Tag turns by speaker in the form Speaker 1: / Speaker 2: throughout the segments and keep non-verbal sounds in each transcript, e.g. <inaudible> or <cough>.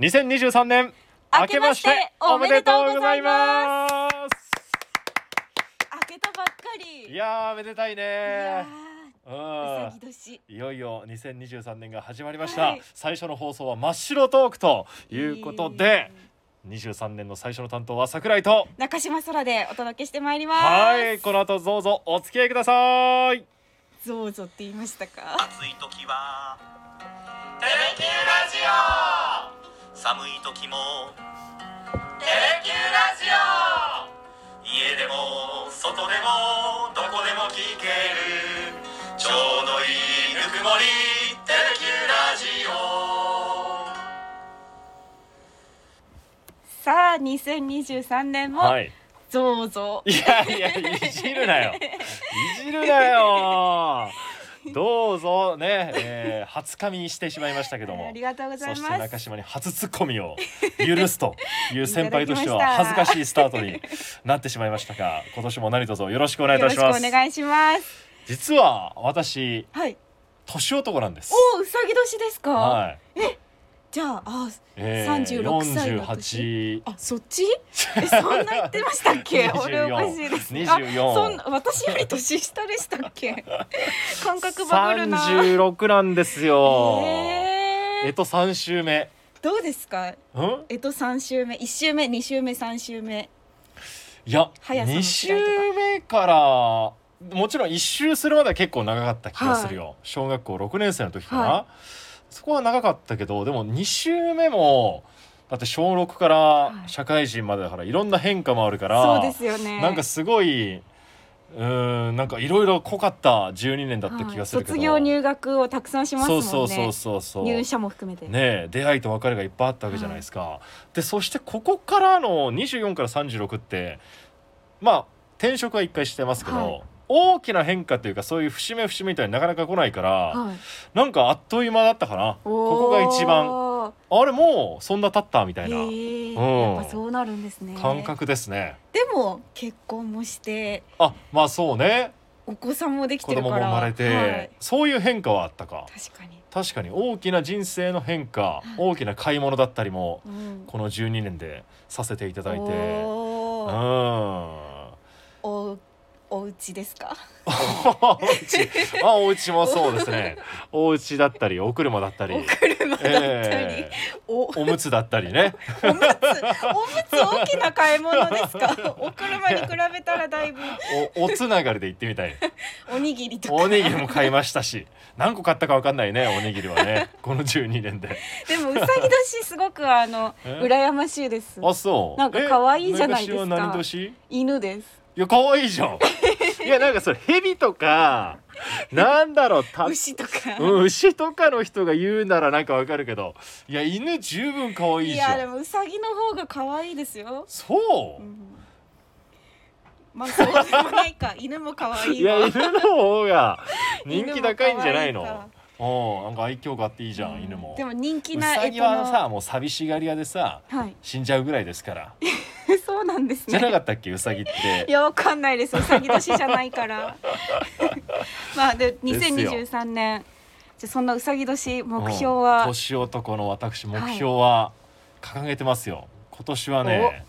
Speaker 1: 2023年
Speaker 2: 明けましておめでとうございます開けたばっかり
Speaker 1: いやーめでたい
Speaker 2: いや
Speaker 1: ね
Speaker 2: ー
Speaker 1: ー
Speaker 2: うさぎ年
Speaker 1: うんいよいよ2023年が始まりました、
Speaker 2: はい
Speaker 1: 最初の放送は真っ白トークということで、23年の最初の担当は桜井と
Speaker 2: 中島空でお届けしてまいります
Speaker 1: はいこの後どうぞお付き合いください
Speaker 2: ゾウゾって言いましたか
Speaker 3: 暑い時は「テレキュラジオ」寒い時も「テレキュラジオ」家でも外でもどこでも聞けるちょうどいいぬくもり「テレキュラジオ」
Speaker 2: さあ2023年も
Speaker 1: はい
Speaker 2: ゾウゾ
Speaker 1: いやいやいじるなよいじるなよどうぞね、えー、初髪にしてしまいましたけど
Speaker 2: あ
Speaker 1: も
Speaker 2: りがとうござ
Speaker 1: そ
Speaker 2: い
Speaker 1: して
Speaker 2: ます
Speaker 1: 中島に初ツッコミを許すという先輩としてはい
Speaker 2: ただき
Speaker 1: 恥ず
Speaker 2: ました
Speaker 1: かしいスタートになってしまいましたが今年も何卒よろしくお願いい
Speaker 2: よ
Speaker 1: た
Speaker 2: ろし
Speaker 1: し
Speaker 2: くお
Speaker 1: ます
Speaker 2: 願いします
Speaker 1: 実は私
Speaker 2: はい
Speaker 1: 年男なんです
Speaker 2: おうさぎ年ですか、
Speaker 1: はい、
Speaker 2: じゃああ
Speaker 1: えー、
Speaker 2: 36歳の
Speaker 1: 48
Speaker 2: あそっちえそんな言ってましたっ
Speaker 1: <laughs>
Speaker 2: け俺おかしいですあ
Speaker 1: 24
Speaker 2: そんな私より年下でした
Speaker 1: <laughs>
Speaker 2: っけ感覚バブルな
Speaker 1: 36なんですよ、
Speaker 2: え
Speaker 1: え
Speaker 2: ー
Speaker 1: っと3週目
Speaker 2: どうですか
Speaker 1: うん
Speaker 2: えっと三週目一週目二週目三週目
Speaker 1: いや
Speaker 2: 速さの違い
Speaker 1: 2
Speaker 2: とか
Speaker 1: 週目からもちろん1周するまでは結構長かった気がするよ、小学校6年生の時かな、
Speaker 2: は
Speaker 1: そこは長かったけどでも2週目もだって小6から
Speaker 2: い
Speaker 1: 社会人までだからいろんな変化もあるから、
Speaker 2: そうですよね
Speaker 1: なんかすごいうーんなんかいろいろ濃かった12年だった気がするけど、
Speaker 2: はい卒業入学をたくさんしますもんね
Speaker 1: そうそうそうそうそう
Speaker 2: 入社も含めて、
Speaker 1: ねえ出会いと別れがいっぱいあったわけじゃないですか、でそしてここからの24から36ってまあ転職は一回してますけど、
Speaker 2: はい
Speaker 1: 大きな変化というかそういう節目節目みたいになかなか来ないから、
Speaker 2: はい、
Speaker 1: なんかあっという間だったかなここが一番
Speaker 2: 番
Speaker 1: あれもうそんな経ったみた
Speaker 2: え
Speaker 1: いな
Speaker 2: ー
Speaker 1: うん
Speaker 2: やっぱそうなるんですね
Speaker 1: 感覚ですね、
Speaker 2: でも結婚もして
Speaker 1: あまあそうね
Speaker 2: お子さんもでき
Speaker 1: 子
Speaker 2: てるか
Speaker 1: 供
Speaker 2: ら
Speaker 1: も生まれて、
Speaker 2: はい
Speaker 1: そういう変化はあったか
Speaker 2: 確かに、
Speaker 1: 確かに大きな人生の変化、
Speaker 2: い
Speaker 1: 大きな買い物だったりも
Speaker 2: うん、
Speaker 1: この12年でさせていただいて。
Speaker 2: おー <laughs>
Speaker 1: うん
Speaker 2: おお家ですか
Speaker 1: お家あお家もそうですね
Speaker 2: <laughs>
Speaker 1: お家だったりお車だったり
Speaker 2: お車だったり、
Speaker 1: え
Speaker 2: おおむ
Speaker 1: えおむつだったりね
Speaker 2: つおむつ大きな買い物ですか <laughs> お車に比べたらだいぶ
Speaker 1: おおつながりで行ってみた
Speaker 2: <laughs>
Speaker 1: い
Speaker 2: おにぎりとか
Speaker 1: おにぎりも買いましたし何個買ったかわかんないねおにぎりは
Speaker 2: <laughs>
Speaker 1: ねこの12年で
Speaker 2: でもうさぎ年すごくあの
Speaker 1: え
Speaker 2: 羨ましいです
Speaker 1: あそう
Speaker 2: なんか可愛いじゃないですか
Speaker 1: え昔は何年い
Speaker 2: 犬です
Speaker 1: や可愛いじゃん
Speaker 2: <laughs>
Speaker 1: いやなんかそれ蛇とかなんだろうた
Speaker 2: 牛とか、
Speaker 1: うん牛とかの人が言うならなんかわかるけどいや犬十分可愛い
Speaker 2: い
Speaker 1: じゃ
Speaker 2: や
Speaker 1: ん
Speaker 2: でもうさぎの方が可愛いですよ、、
Speaker 1: そううん
Speaker 2: まあそうでもないか犬も可愛
Speaker 1: い
Speaker 2: いわ
Speaker 1: や犬の方
Speaker 2: <laughs>
Speaker 1: が人気高いんじゃない
Speaker 2: 犬も可愛い
Speaker 1: の
Speaker 2: か
Speaker 1: おなんか愛嬌があっていいじゃん、
Speaker 2: うん
Speaker 1: 犬も
Speaker 2: でも人気
Speaker 1: う
Speaker 2: な
Speaker 1: さ
Speaker 2: え
Speaker 1: ぎ
Speaker 2: と
Speaker 1: はさもう寂しがり屋でさ
Speaker 2: はい <laughs>
Speaker 1: 死んじゃうぐらいですから
Speaker 2: そうなんです
Speaker 1: じゃな
Speaker 2: ね
Speaker 1: かったっけうさぎっ
Speaker 2: <laughs> い
Speaker 1: て
Speaker 2: やわかんないですうさぎ年じゃないから
Speaker 1: <laughs>
Speaker 2: まあで
Speaker 1: すよ
Speaker 2: 2023年じゃあそんなうさぎ年目標
Speaker 1: うん
Speaker 2: は、
Speaker 1: 年男の私目標は掲げてますよ、今年はね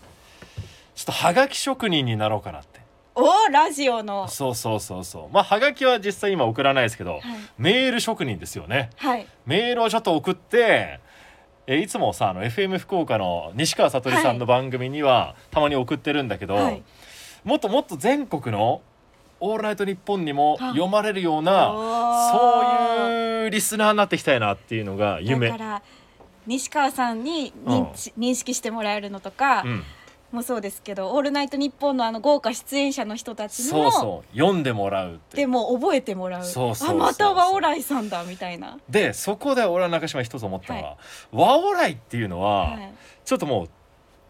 Speaker 1: ちょっとはがき職人になろうかなって
Speaker 2: おラジオの
Speaker 1: そうそうそうそうまあはがきは実際今送らないですけど、
Speaker 2: はい
Speaker 1: メール職人ですよね
Speaker 2: はい
Speaker 1: メールをちょっと送ってえーいつもさあの FM 福岡の西川さとりさんの番組にはたまに送ってるんだけど、
Speaker 2: はい
Speaker 1: もっともっと全国の「オールナイトニッポン」にも
Speaker 2: はい
Speaker 1: 読まれるようなそういうリスナーになっていきたいなっていうのが夢
Speaker 2: だから西川さんに認知、認識してもらえるのとか
Speaker 1: うん、
Speaker 2: もそうですけど「オールナイトニッポン」のあの豪華出演者の人たちに
Speaker 1: そ
Speaker 2: も
Speaker 1: うそう読んでもらうって
Speaker 2: でも覚えてもらう
Speaker 1: そうそうそうそう
Speaker 2: あまたはオライさんだみたいな、
Speaker 1: でそこで俺は中島一つ思ったのは、
Speaker 2: は
Speaker 1: 和オライっていうのは、
Speaker 2: はい、
Speaker 1: ちょっともう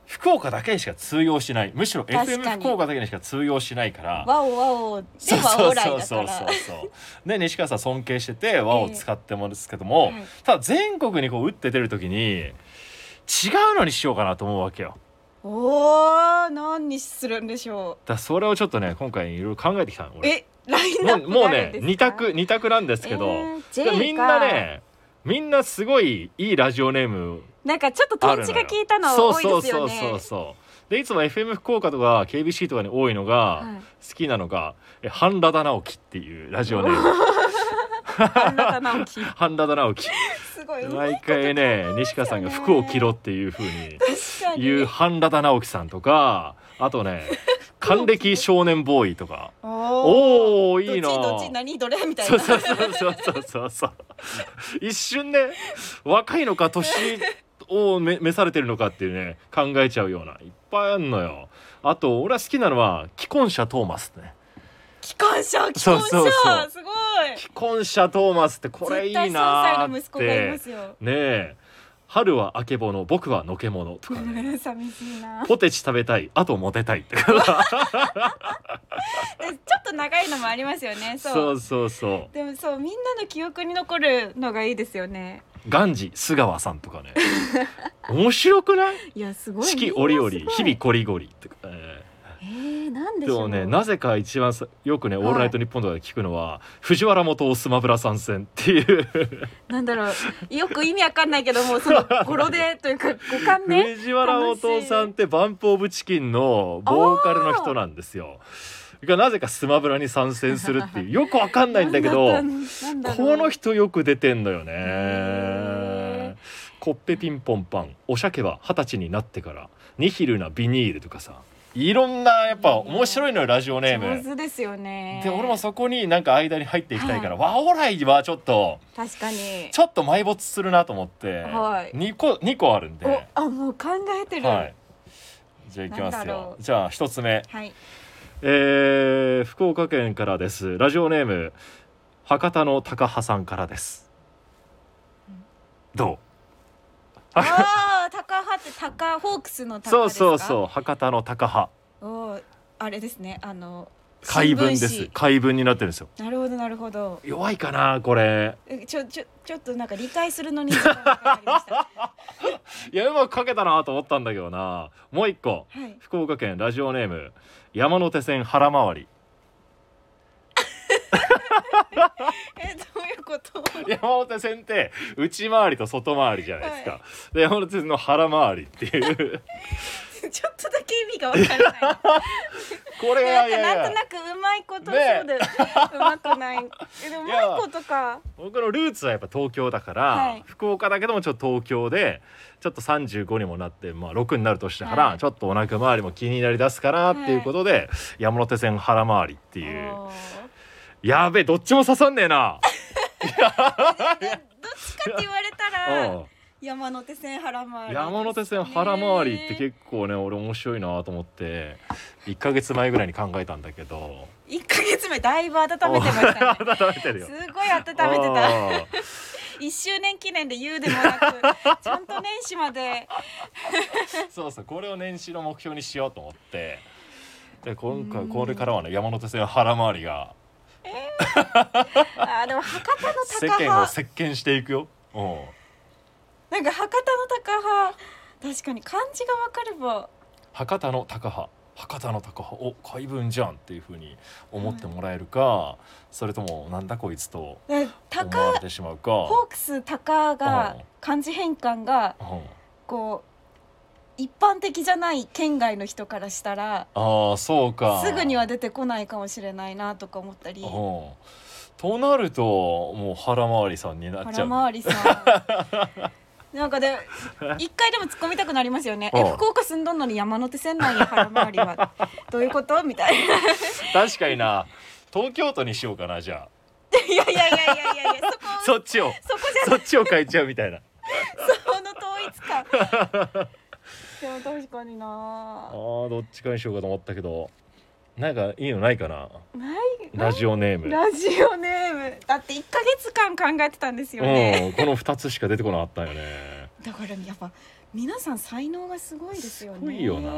Speaker 1: 福岡だけにしか通用しないむしろ
Speaker 2: 確か
Speaker 1: FM
Speaker 2: に
Speaker 1: 福岡だけにしか通用しないから
Speaker 2: ワオワオで
Speaker 1: そう
Speaker 2: は
Speaker 1: そ
Speaker 2: オ
Speaker 1: う
Speaker 2: ラ
Speaker 1: そ
Speaker 2: イ
Speaker 1: う
Speaker 2: だ
Speaker 1: そ
Speaker 2: か
Speaker 1: うそ
Speaker 2: ら
Speaker 1: うそうで西川さん尊敬してて和を使ってもですけども、
Speaker 2: ええはい
Speaker 1: ただ全国にこう打って出る時に違うのにしようかなと思うわけよ
Speaker 2: おー何にするんでしょ
Speaker 1: だからそれをちょっとね今回いろいろ考えてきたの
Speaker 2: う
Speaker 1: 俺
Speaker 2: えラインナ
Speaker 1: もう
Speaker 2: ップ
Speaker 1: もう
Speaker 2: がある
Speaker 1: ね
Speaker 2: んですか
Speaker 1: 二択二択なんですけど、
Speaker 2: えー J
Speaker 1: で
Speaker 2: か
Speaker 1: みんなねみんなすごいいいラジオネーム
Speaker 2: なんかちょっ
Speaker 1: あ
Speaker 2: とトン
Speaker 1: る
Speaker 2: チ
Speaker 1: の
Speaker 2: が
Speaker 1: よ
Speaker 2: 効いたの
Speaker 1: そう
Speaker 2: 多いです
Speaker 1: そ
Speaker 2: よね
Speaker 1: うそうそうそうでいつも FM 福岡とか KBC とかに多いのが
Speaker 2: はい
Speaker 1: 好きなのが「え半裸だ直樹」っていうラジオネー
Speaker 2: <laughs>
Speaker 1: ム
Speaker 2: あんなた直樹
Speaker 1: 半裸だ直樹
Speaker 2: <laughs> すごい
Speaker 1: 毎回ね西川さんが服を着ろっていう風に
Speaker 2: 確かに
Speaker 1: 言う半裸だ直樹さんとかあとね「還暦少年ボーイ」とか
Speaker 2: おお
Speaker 1: おお
Speaker 2: どっ
Speaker 1: い
Speaker 2: ち
Speaker 1: いな
Speaker 2: どっち何どれみたい
Speaker 1: そう
Speaker 2: な
Speaker 1: そうそうそうそうそうそう一瞬ね若いのか年をめ召されてるのかっていうね考えちゃうようないっぱいあんのよあと俺は好きなのは既婚者トーマスね
Speaker 2: 機関車機
Speaker 1: そう
Speaker 2: 関
Speaker 1: そうそう
Speaker 2: 車すごい
Speaker 1: 既婚者トーマスってこれいい
Speaker 2: 絶対3
Speaker 1: な
Speaker 2: 歳
Speaker 1: ー
Speaker 2: の
Speaker 1: っ
Speaker 2: 息子がい
Speaker 1: て
Speaker 2: ますよ
Speaker 1: ねえ春はあけぼの僕はのけものとかね
Speaker 2: 寂しいな
Speaker 1: <laughs> ポテチ食べたいあとモテたいって
Speaker 2: でちょっと長いのもありますよねそ
Speaker 1: <laughs> そう
Speaker 2: う
Speaker 1: そうそう
Speaker 2: でもそうみんなの記憶に残るのがいいですよね
Speaker 1: ガンジ須川さんとかね <laughs> 面白くない
Speaker 2: いやすごい
Speaker 1: 四季
Speaker 2: みんな
Speaker 1: 折々
Speaker 2: すごい
Speaker 1: 日々こりごりとか、え
Speaker 2: えー、なん
Speaker 1: ー
Speaker 2: でし
Speaker 1: で
Speaker 2: ょ
Speaker 1: も
Speaker 2: う
Speaker 1: ねなぜか一番さよくね「オ
Speaker 2: はい
Speaker 1: ールナイトニッポン」とかで聞くのは、藤原元スマブラ参戦っていう
Speaker 2: なんだろうよく意味わかんないけどもうそ
Speaker 1: <laughs>
Speaker 2: の語呂でというか五感ね
Speaker 1: 藤原元さんってバンプ・オブ・チキンのボーカルの人なんですよ。がなぜかスマブラに参戦するっていうよくわかんないんだけど
Speaker 2: <laughs> なんなんだろう
Speaker 1: この人よく出てんのよね
Speaker 2: へ。
Speaker 1: コッペピンポンパン、おしゃけは二十歳になってから、ニヒルなビニールとかさ。いろんなやっぱ面白いのよラジオネー
Speaker 2: 上
Speaker 1: ム。
Speaker 2: 手ですよね
Speaker 1: で俺もそこになんか間に入っていきたいから、ワオライはちょっと
Speaker 2: 確かに
Speaker 1: ちょっと埋没するなと思って、
Speaker 2: はい
Speaker 1: 2個2個あるんで、
Speaker 2: おあもう考えてる
Speaker 1: は
Speaker 2: はい
Speaker 1: い、じゃあいきま
Speaker 2: な
Speaker 1: す
Speaker 2: んだろ
Speaker 1: よじゃあ1つ目 <laughs>
Speaker 2: はい、
Speaker 1: えー福岡県からですラジオネーム博多の高羽さんからですど
Speaker 2: ああ高派って高ホークスの
Speaker 1: う
Speaker 2: 高
Speaker 1: そう
Speaker 2: ですか
Speaker 1: そうそう博多の高羽
Speaker 2: うあれですねあの
Speaker 1: 怪文で
Speaker 2: 新
Speaker 1: す
Speaker 2: 聞
Speaker 1: 怪文になってるんですよ
Speaker 2: 紙なるほどなるほど
Speaker 1: 弱いかなこれ
Speaker 2: えちょちょちょっとなんか理解するのに時間がかかりました
Speaker 1: いやうまく書けたなと思ったんだけどなもう一個
Speaker 2: はい
Speaker 1: 福岡県ラジオネーム山手線腹回り
Speaker 2: えどういうこと <laughs>
Speaker 1: 山手線って内回りと外回りじゃないですか、
Speaker 2: は
Speaker 1: で山手線の腹回りっていう
Speaker 2: ちょっとだけ意味がわからない
Speaker 1: これ
Speaker 2: な
Speaker 1: は
Speaker 2: ん
Speaker 1: い
Speaker 2: か
Speaker 1: やい
Speaker 2: な
Speaker 1: や
Speaker 2: んとなくうまいことそう
Speaker 1: ねえ
Speaker 2: だよね。うまくない。えでもうまいことか。
Speaker 1: 僕のルーツはやっぱ東京だから、
Speaker 2: はい
Speaker 1: 福岡だけどもちょっと東京でちょっと35にもなって、まあ、6になる年だから、
Speaker 2: はい
Speaker 1: ちょっとお腹周りも気になりだすかなっていうことで、山手線腹回りって
Speaker 2: お
Speaker 1: いう
Speaker 2: ー
Speaker 1: やべえどっちも刺さんねえ
Speaker 2: <laughs>
Speaker 1: な
Speaker 2: えどっちかって言われた
Speaker 1: <laughs> う
Speaker 2: ら
Speaker 1: ん
Speaker 2: 山手線腹回り。
Speaker 1: 山手線腹回りって結構ね俺面白いなと思って1ヶ月前ぐらいに考えたんだけど <laughs>
Speaker 2: 一ヶ月前だいぶ温めてましたね。
Speaker 1: 温めてるよ
Speaker 2: すごい温めてた。
Speaker 1: あー
Speaker 2: 一周年記念で言うでもなく、ちゃんと年始まで。
Speaker 1: そうそうこれを年始の目標にしようと思ってで今
Speaker 2: う
Speaker 1: 回
Speaker 2: ん
Speaker 1: これからはね山手線腹回りが
Speaker 2: あでも博多の
Speaker 1: 世
Speaker 2: 高
Speaker 1: 間を
Speaker 2: 派。
Speaker 1: 席巻していくよ。うん
Speaker 2: なんか博多の高派。確かに漢字がわかれば。
Speaker 1: 博多の高派博多の高派お怪文じゃんっていうふうに思ってもらえるか、それともなんだこいつと
Speaker 2: だから
Speaker 1: 思
Speaker 2: 高
Speaker 1: われてしまうか。
Speaker 2: ホークス高が
Speaker 1: うん
Speaker 2: 漢字変換が
Speaker 1: うん
Speaker 2: こう一般的じゃない県外の人からしたら
Speaker 1: ああそうか。
Speaker 2: すぐには出てこないかもしれないなとか思ったり
Speaker 1: うんとなるともう腹回りさんになっちゃ
Speaker 2: 腹
Speaker 1: う。
Speaker 2: 回
Speaker 1: <laughs>
Speaker 2: りさんなんかで一回でも突っ込みたくなりますよね「え
Speaker 1: うん
Speaker 2: 福岡住んどんのに山手線内や腹回り
Speaker 1: <laughs>
Speaker 2: はどういうこと?」みたいな
Speaker 1: 確かにな東京都にしようかなじゃあ
Speaker 2: 「いやいやいやいやいやいやそこ
Speaker 1: そっちを
Speaker 2: そこじゃ
Speaker 1: そ
Speaker 2: ない
Speaker 1: っちを変えちゃうみたいな。
Speaker 2: その統一
Speaker 1: <laughs>
Speaker 2: 感」でも確かにな
Speaker 1: ああどっちかにしようかと思ったけどなんかいいのないかな
Speaker 2: ない
Speaker 1: ラジオネーム、
Speaker 2: ラジオネームだって1ヶ月間考えてたんですよね、
Speaker 1: うんこの2つしか出てこなかったよね
Speaker 2: だからやっぱ皆さん才能がすごいですよね
Speaker 1: すごいよな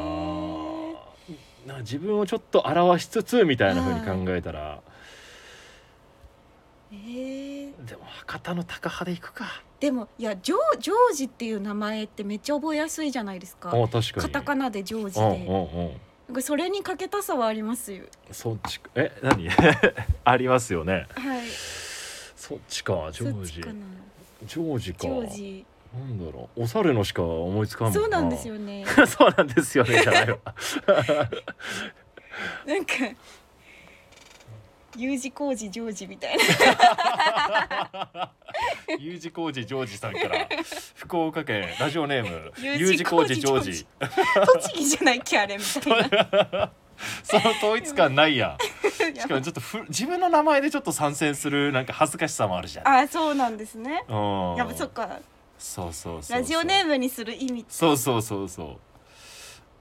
Speaker 1: なんか自分をちょっと表しつつみたいな風に考えたら、
Speaker 2: えー
Speaker 1: でも博多の高派でいくか
Speaker 2: でもいやジョージョージっていう名前ってめっちゃ覚えやすいじゃないですか
Speaker 1: あ確かに
Speaker 2: カタカナでジョージ
Speaker 1: うん
Speaker 2: で、
Speaker 1: うんうん
Speaker 2: なんかそれにかけたさはありますよ
Speaker 1: そっちかえ何 <laughs> ありますよね
Speaker 2: はい
Speaker 1: そっちかジョージ
Speaker 2: そっちかな
Speaker 1: ジョージか
Speaker 2: ジョージ
Speaker 1: なんだろうお猿のしか思いつかんも
Speaker 2: そうなんですよね
Speaker 1: <laughs> そうなんですよねじゃないわ
Speaker 2: なんか U 字工事ジョージみたいな
Speaker 1: <laughs> U 字工事ジョージさんから福岡県ラジオネーム
Speaker 2: <laughs> U
Speaker 1: U
Speaker 2: 字
Speaker 1: 字
Speaker 2: 工
Speaker 1: 工事
Speaker 2: 事ジ
Speaker 1: ジ
Speaker 2: ョ
Speaker 1: ョ
Speaker 2: ー
Speaker 1: ー
Speaker 2: ジ
Speaker 1: ジ
Speaker 2: 栃木じゃないっけあれみた
Speaker 1: <laughs>
Speaker 2: い
Speaker 1: その統一感ない
Speaker 2: <laughs>
Speaker 1: やん
Speaker 2: な
Speaker 1: しかもちょっとふ自分の名前でちょっと参戦するなんか恥ずかしさもあるじゃん
Speaker 2: ああそうなんですね
Speaker 1: うん
Speaker 2: やっぱそっか
Speaker 1: そうそうそうそう
Speaker 2: ラジオネームにする意味
Speaker 1: そうそうそうそう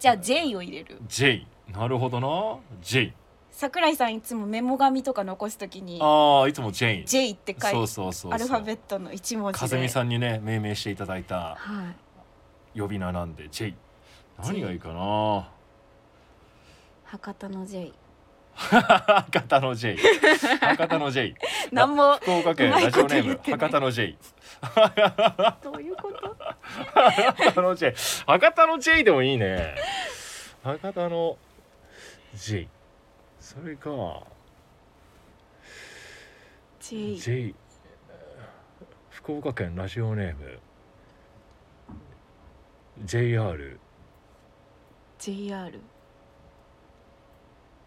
Speaker 2: じゃあ J を入れる
Speaker 1: J なるほどな J
Speaker 2: 桜井さんいつもメモ紙とか残すときに
Speaker 1: ああいつも J
Speaker 2: J って書いて
Speaker 1: そうそうそうそう
Speaker 2: アルファベットの一文字で
Speaker 1: 風見さんにね命名していただいた
Speaker 2: はい
Speaker 1: 呼び名なんで J 何がいいかな <laughs>
Speaker 2: 博多の <laughs> J
Speaker 1: 博多の J 博多の
Speaker 2: <laughs>
Speaker 1: J
Speaker 2: なんも
Speaker 1: 福岡県
Speaker 2: うまい
Speaker 1: ラジオネー
Speaker 2: こと言っ
Speaker 1: ム
Speaker 2: てない
Speaker 1: 博多の J
Speaker 2: どうい
Speaker 1: <laughs>
Speaker 2: うこと
Speaker 1: 博多の J 博多の J でもいいね博多の J それか
Speaker 2: J
Speaker 1: J 福岡県ラジオネーム JR
Speaker 2: JR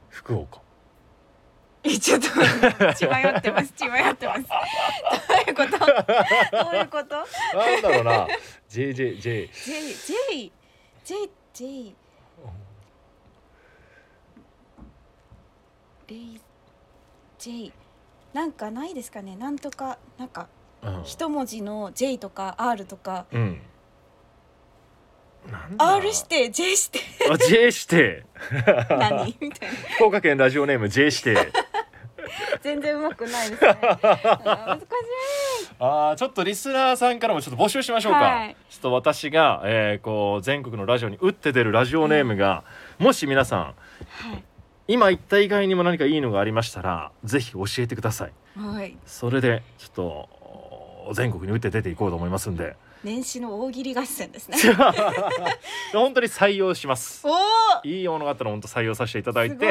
Speaker 1: 福岡
Speaker 2: えちょっと待って血迷ってます血迷ってますどういうことどういうこと
Speaker 1: なんだろうな JJJ
Speaker 2: J J J J レイ J なんかないですかねなんとかなんか
Speaker 1: うん
Speaker 2: 一文字の J とか R とか
Speaker 1: うんなんだ
Speaker 2: R して J
Speaker 1: <laughs>
Speaker 2: して
Speaker 1: あ J して
Speaker 2: 何みたいな
Speaker 1: 福岡県ラジオネーム J して
Speaker 2: 全然うまくないですねあー難しい
Speaker 1: あーちょっとリスナーさんからもちょっと募集しましょうか、
Speaker 2: はい
Speaker 1: ちょっと私が、えーこう全国のラジオに打って出るラジオネームが、もし皆さん今言った以外にも何かいいのがありましたらぜひ教えてください
Speaker 2: はい、はい、
Speaker 1: それでちょっとお全国に打って出ていこうと思いますん
Speaker 2: <laughs>
Speaker 1: で
Speaker 2: 年始の大喜利合
Speaker 1: <laughs>
Speaker 2: 戦ですね
Speaker 1: 本当に採用します
Speaker 2: おお
Speaker 1: いいものがあったら本当採用させていただ
Speaker 2: す
Speaker 1: い
Speaker 2: ご
Speaker 1: て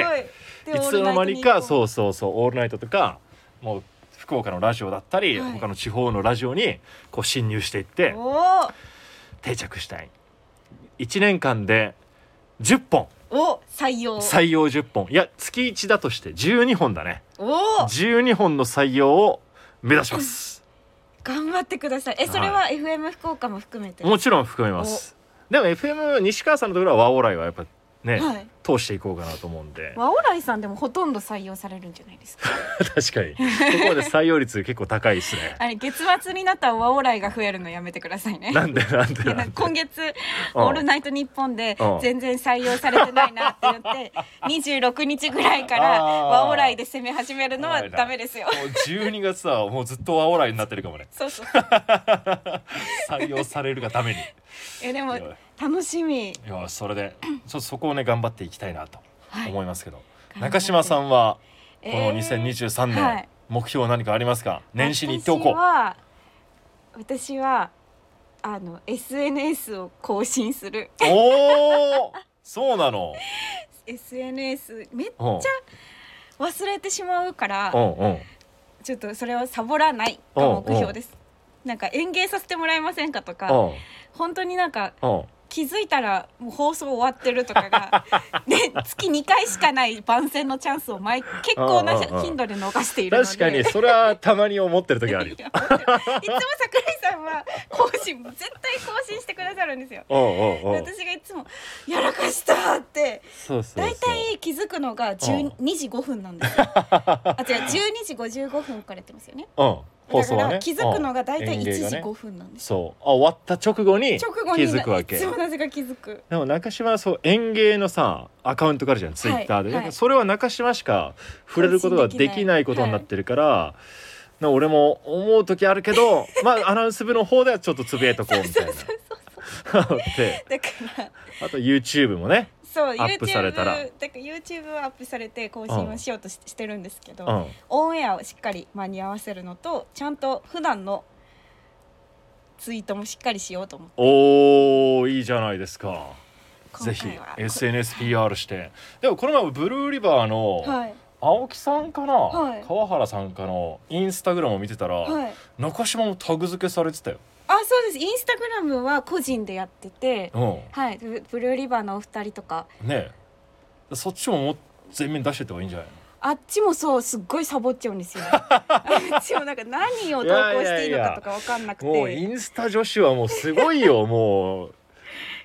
Speaker 2: い
Speaker 1: いつの間にか
Speaker 2: う
Speaker 1: そうそうそう「オールナイト」とかもう福岡のラジオだったり、
Speaker 2: はい
Speaker 1: 他の地方のラジオにこう侵入していって
Speaker 2: お
Speaker 1: 定着したい1年間で10本
Speaker 2: おお採用
Speaker 1: 採用10本いや月1だとして12本だね
Speaker 2: おお
Speaker 1: 12本の採用を目指します
Speaker 2: 頑張ってくださいえそれは FM 福岡も含めて
Speaker 1: もちろん含めますでも FM 西川さんのところは和往来はやっぱね、
Speaker 2: はい
Speaker 1: 通していこうかなと思うんで
Speaker 2: 和オライさんでもほとんど採用されるんじゃないですか
Speaker 1: <laughs> 確かにここまで採用率結構高いですね
Speaker 2: あれ月末になったら和オライが増えるのやめてくださいね
Speaker 1: なんでなんで
Speaker 2: いや
Speaker 1: なんで
Speaker 2: 今月「
Speaker 1: うん
Speaker 2: オールナイトニッポン」で
Speaker 1: うん
Speaker 2: 全然採用されてないなって言
Speaker 1: <laughs>
Speaker 2: って26日ぐらいから
Speaker 1: あー
Speaker 2: 和オライで攻め始めるのはダメですよ
Speaker 1: <laughs> もう12月はもうずっと和往来になってるかもね
Speaker 2: そ
Speaker 1: <laughs>
Speaker 2: うそうそう
Speaker 1: 採用されるがためにい
Speaker 2: えでも
Speaker 1: いや
Speaker 2: 楽しみ
Speaker 1: やそれでちょっとそこをね頑張っていきたいなと
Speaker 2: はい
Speaker 1: 思いますけど、
Speaker 2: 張って
Speaker 1: 中島さんはこ
Speaker 2: えー
Speaker 1: の2023年、
Speaker 2: はい
Speaker 1: 目標は何かありますか年始に行っておこ
Speaker 2: 私
Speaker 1: う
Speaker 2: は私はあの SNS を更新する
Speaker 1: おおそうな
Speaker 2: <laughs>
Speaker 1: の
Speaker 2: SNS めっち
Speaker 1: うん
Speaker 2: ゃ忘れてしまうから
Speaker 1: うんうん
Speaker 2: ちょっとそれをサボらないが目標ですなんか園芸させてもらえませんかと
Speaker 1: う
Speaker 2: か
Speaker 1: ん
Speaker 2: 本当になんか
Speaker 1: うん
Speaker 2: 気づいたらもう放送終わってると
Speaker 1: <laughs>
Speaker 2: かがね月2回しかない番宣のチャンスを毎結構な
Speaker 1: うんうんうん
Speaker 2: 頻度で逃しているので
Speaker 1: 確かにそれはたまに思ってる時あ
Speaker 2: <laughs>
Speaker 1: るよ
Speaker 2: いや本当にいつも桜井さんは更新絶対更新してくださるんですよ
Speaker 1: うんうんうん
Speaker 2: 私がいつも「やらかした!」って
Speaker 1: そうそうそう
Speaker 2: 大体気づくのが12 2時5分なんで
Speaker 1: <laughs>
Speaker 2: すよあ違う12時55分からやってますよね
Speaker 1: うん放
Speaker 2: だ
Speaker 1: 送
Speaker 2: か
Speaker 1: は
Speaker 2: ら
Speaker 1: ね
Speaker 2: 気づくのが大体
Speaker 1: うん
Speaker 2: 1
Speaker 1: 園芸が
Speaker 2: 時
Speaker 1: ね
Speaker 2: 5分なんです
Speaker 1: そうあ終わった直後に気
Speaker 2: 直後に
Speaker 1: づくわけ
Speaker 2: いつもなぜか気づく
Speaker 1: でも中島はそう園芸のさアカウントがあるじゃんツイッターで、
Speaker 2: はいはい
Speaker 1: それは中島しか触れることができないことになってるから、な俺も思う時あるけ
Speaker 2: <laughs>
Speaker 1: どまあアナウンス部の方ではちょっとつぶやいとこうみたいな。 <laughs> で
Speaker 2: だから
Speaker 1: あと YouTube もね、
Speaker 2: そう
Speaker 1: アップ
Speaker 2: YouTube
Speaker 1: されたら
Speaker 2: だから YouTube はアップされて更新をしようとし,、てるんですけど、
Speaker 1: うん、
Speaker 2: オンエアをしっかり間に合わせるのとちゃんと普段のツイートもしっかりしようと思って
Speaker 1: おーいいじゃないですかぜひ
Speaker 2: 今回は
Speaker 1: SNSPR してでもこの前もブルーリバーの
Speaker 2: はい
Speaker 1: 青木さんかな、
Speaker 2: はい
Speaker 1: 川原さんかのインスタグラムを見てたら、
Speaker 2: はい
Speaker 1: 中島もタグ付けされてたよ、
Speaker 2: あそうですインスタグラムは個人でやってて
Speaker 1: う
Speaker 2: はいブブルーリバーのお二人とか
Speaker 1: ん、ねえそっちももう全面に出してった方がいいんじゃない
Speaker 2: あっちもそうすっごいサボっちゃうんですよ
Speaker 1: <laughs>
Speaker 2: あっちもなんか何を投稿していいのかとかわかんなくて
Speaker 1: のもうインスタ女子はもうすごいよ <laughs> もう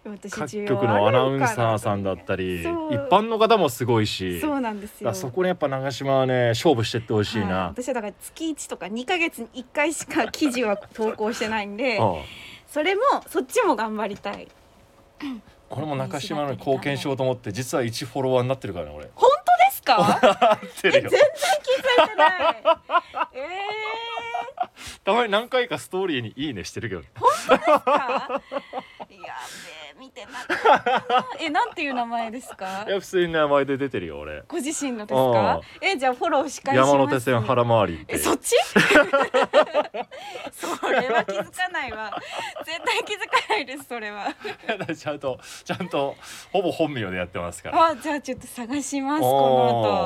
Speaker 2: 私
Speaker 1: 各
Speaker 2: 需要
Speaker 1: 局のアナウンサ
Speaker 2: ある
Speaker 1: ー
Speaker 2: のかなと
Speaker 1: さ
Speaker 2: 思
Speaker 1: んだったり一
Speaker 2: そう
Speaker 1: 般の方もすごいし
Speaker 2: そうなんです
Speaker 1: だか
Speaker 2: よ
Speaker 1: らそこにやっぱ長島はね勝負してってほしい
Speaker 2: はい
Speaker 1: な、
Speaker 2: 私はだから月1とか2ヶ月に1回しか記事は投稿してないんで <laughs>
Speaker 1: うん
Speaker 2: それもそっちも頑張りたい
Speaker 1: 俺も中島のに貢献しようと思って実は1フォロワーになってるからね俺合
Speaker 2: 本当ですか
Speaker 1: ってるよ
Speaker 2: 気づいてないええ
Speaker 1: たまに何回かストーリーに「いいね」してるけど
Speaker 2: ー、かやべえ見てなかったなえなんていう名前ですか
Speaker 1: いや普通に名前で出てるよ俺
Speaker 2: ご自身のですかえじゃあフォローし返します
Speaker 1: 山手線腹回りって
Speaker 2: えそっち <laughs> それは気づかないわ絶対気づ <laughs> かないですそれは
Speaker 1: <laughs> ちゃんとちゃんとほぼ本名でやってますから
Speaker 2: あじゃあちょっと探しますこの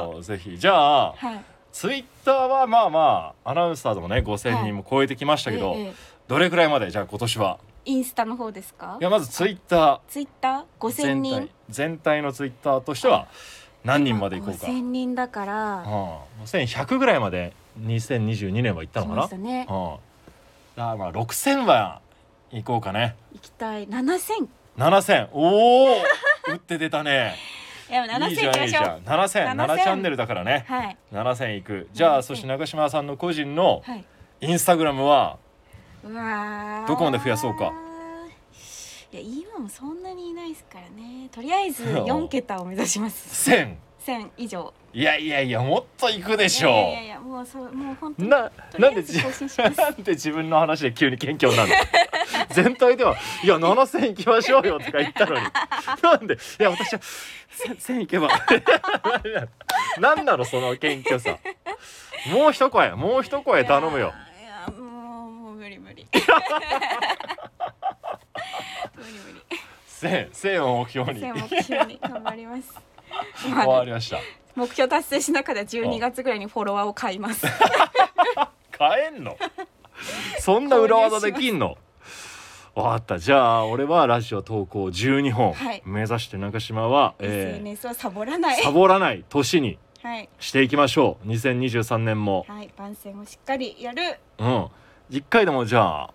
Speaker 2: 後
Speaker 1: おーぜひじゃあ
Speaker 2: はい
Speaker 1: ツイッターはまあまあアナウンサーでもね5,000人も超えてきましたけど、
Speaker 2: ええ
Speaker 1: どれくらいまでじゃあ今年は
Speaker 2: インスタの方ですか
Speaker 1: いやまずツイッタ
Speaker 2: ツイッター
Speaker 1: ー
Speaker 2: 5000人
Speaker 1: 全体全体のツイッターとしては何人までいこうか、
Speaker 2: 5000人だから
Speaker 1: うん、1100ぐらいまで2022年はいったの
Speaker 2: そ
Speaker 1: か
Speaker 2: うで
Speaker 1: な
Speaker 2: したね
Speaker 1: うん、だからまあ6000は行こうかね
Speaker 2: 行きたい7000
Speaker 1: 7000おお
Speaker 2: <laughs>
Speaker 1: 打って出たね
Speaker 2: いや7000
Speaker 1: いい
Speaker 2: 行
Speaker 1: じゃん
Speaker 2: き
Speaker 1: い
Speaker 2: ま
Speaker 1: い
Speaker 2: し
Speaker 1: じ
Speaker 2: ょ
Speaker 1: ゃ
Speaker 2: うん
Speaker 1: 7000
Speaker 2: 7000
Speaker 1: 7チャンネルだからね
Speaker 2: はい
Speaker 1: 7000いくじゃあ
Speaker 2: 7000
Speaker 1: そして長島さんの個人の
Speaker 2: はい
Speaker 1: インスタグラムは
Speaker 2: うわー
Speaker 1: どこまで増やそうか
Speaker 2: いや今もそんなにいないですからねとりあえず4桁を目指します
Speaker 1: 1000
Speaker 2: 1000以上
Speaker 1: いやいやいやもっといくで
Speaker 2: い
Speaker 1: し
Speaker 2: や
Speaker 1: ょ
Speaker 2: いやいやいやもうそうもう本当に
Speaker 1: な
Speaker 2: とり
Speaker 1: な
Speaker 2: あ
Speaker 1: んで
Speaker 2: えず
Speaker 1: じ
Speaker 2: 更新します
Speaker 1: なんで自分の話で急に謙虚になるの全体では「いや7,000行きましょうよ」とか言ったのになんで「いや私は1,000行けば」 <laughs> なんなのその謙虚さもう一声もう一声頼むよ
Speaker 2: いやいやもうもう無理
Speaker 1: <laughs>
Speaker 2: 無理無理無理
Speaker 1: 1,000 1,000を目標に
Speaker 2: 目標に頑張ります
Speaker 1: <laughs> 終わりました
Speaker 2: 目標達成しなかったら12月ぐらいにフォロワーを買います
Speaker 1: 変えんの <laughs> そんな裏技できんの <laughs> わかったじゃあ俺はラジオ投稿12本、
Speaker 2: はい
Speaker 1: 目指して中島は、えー
Speaker 2: SNS はサボらない
Speaker 1: サボらない年に
Speaker 2: はい
Speaker 1: していきましょう2023年も、
Speaker 2: はい番宣をしっかりやる
Speaker 1: うん一回でもじゃあ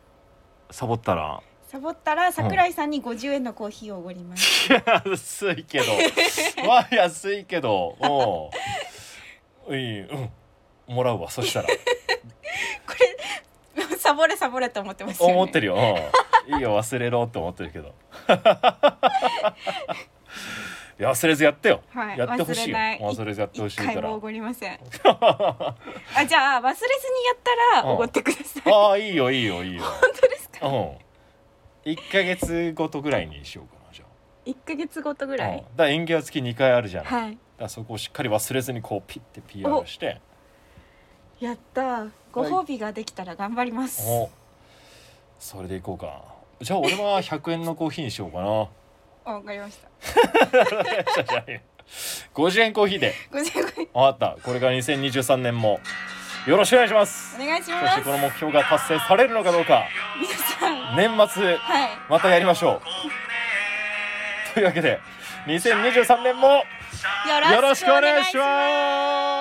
Speaker 1: サボったら
Speaker 2: サボったら桜井さんに50円のコーヒーをおごりま
Speaker 1: い
Speaker 2: す、 <laughs>
Speaker 1: や <laughs> 安いけどまあ安いけどもういいうんもらうわそしたら
Speaker 2: これサボれサボれと思ってますよね
Speaker 1: 思って
Speaker 2: る
Speaker 1: るよ、うんいいよ忘れろって思ってるけ
Speaker 2: <laughs>
Speaker 1: どいや忘れずやってよ、
Speaker 2: はい
Speaker 1: やってほしいよ
Speaker 2: 忘れない
Speaker 1: 忘れずやってほし
Speaker 2: 一
Speaker 1: いか
Speaker 2: 回
Speaker 1: ら
Speaker 2: もおごり
Speaker 1: <laughs>
Speaker 2: ませんあじゃあ忘れずにやったらおごってください本
Speaker 1: ああいいよいいよいいよ
Speaker 2: 当ですか
Speaker 1: うん1か月ごとぐらいにしようかなじゃあ
Speaker 2: 一ヶ月ごとぐら
Speaker 1: うん
Speaker 2: い
Speaker 1: だから演芸は月2回あるじゃない、だか
Speaker 2: はい
Speaker 1: らそこをしっかり忘れずにこうピッて PR して
Speaker 2: やったーご褒美ができたら頑張ります、
Speaker 1: おそれでいこうかじゃあ俺は100円のコーヒーにしようかな
Speaker 2: あわかりました
Speaker 1: じゃあじゃあ50円コーヒーで
Speaker 2: ごめんなさい
Speaker 1: 分かったこれから2023年もよろしくお願いします
Speaker 2: お願いし
Speaker 1: そ
Speaker 2: ま
Speaker 1: して
Speaker 2: す
Speaker 1: この目標が達成されるのかどうか
Speaker 2: 皆さん
Speaker 1: 年末
Speaker 2: はい
Speaker 1: またやりましょうというわけで2023年も
Speaker 2: よ
Speaker 1: よろ
Speaker 2: ろ
Speaker 1: し
Speaker 2: し
Speaker 1: く
Speaker 2: く
Speaker 1: お
Speaker 2: お
Speaker 1: 願
Speaker 2: 願
Speaker 1: い
Speaker 2: い
Speaker 1: し
Speaker 2: し
Speaker 1: ま
Speaker 2: ます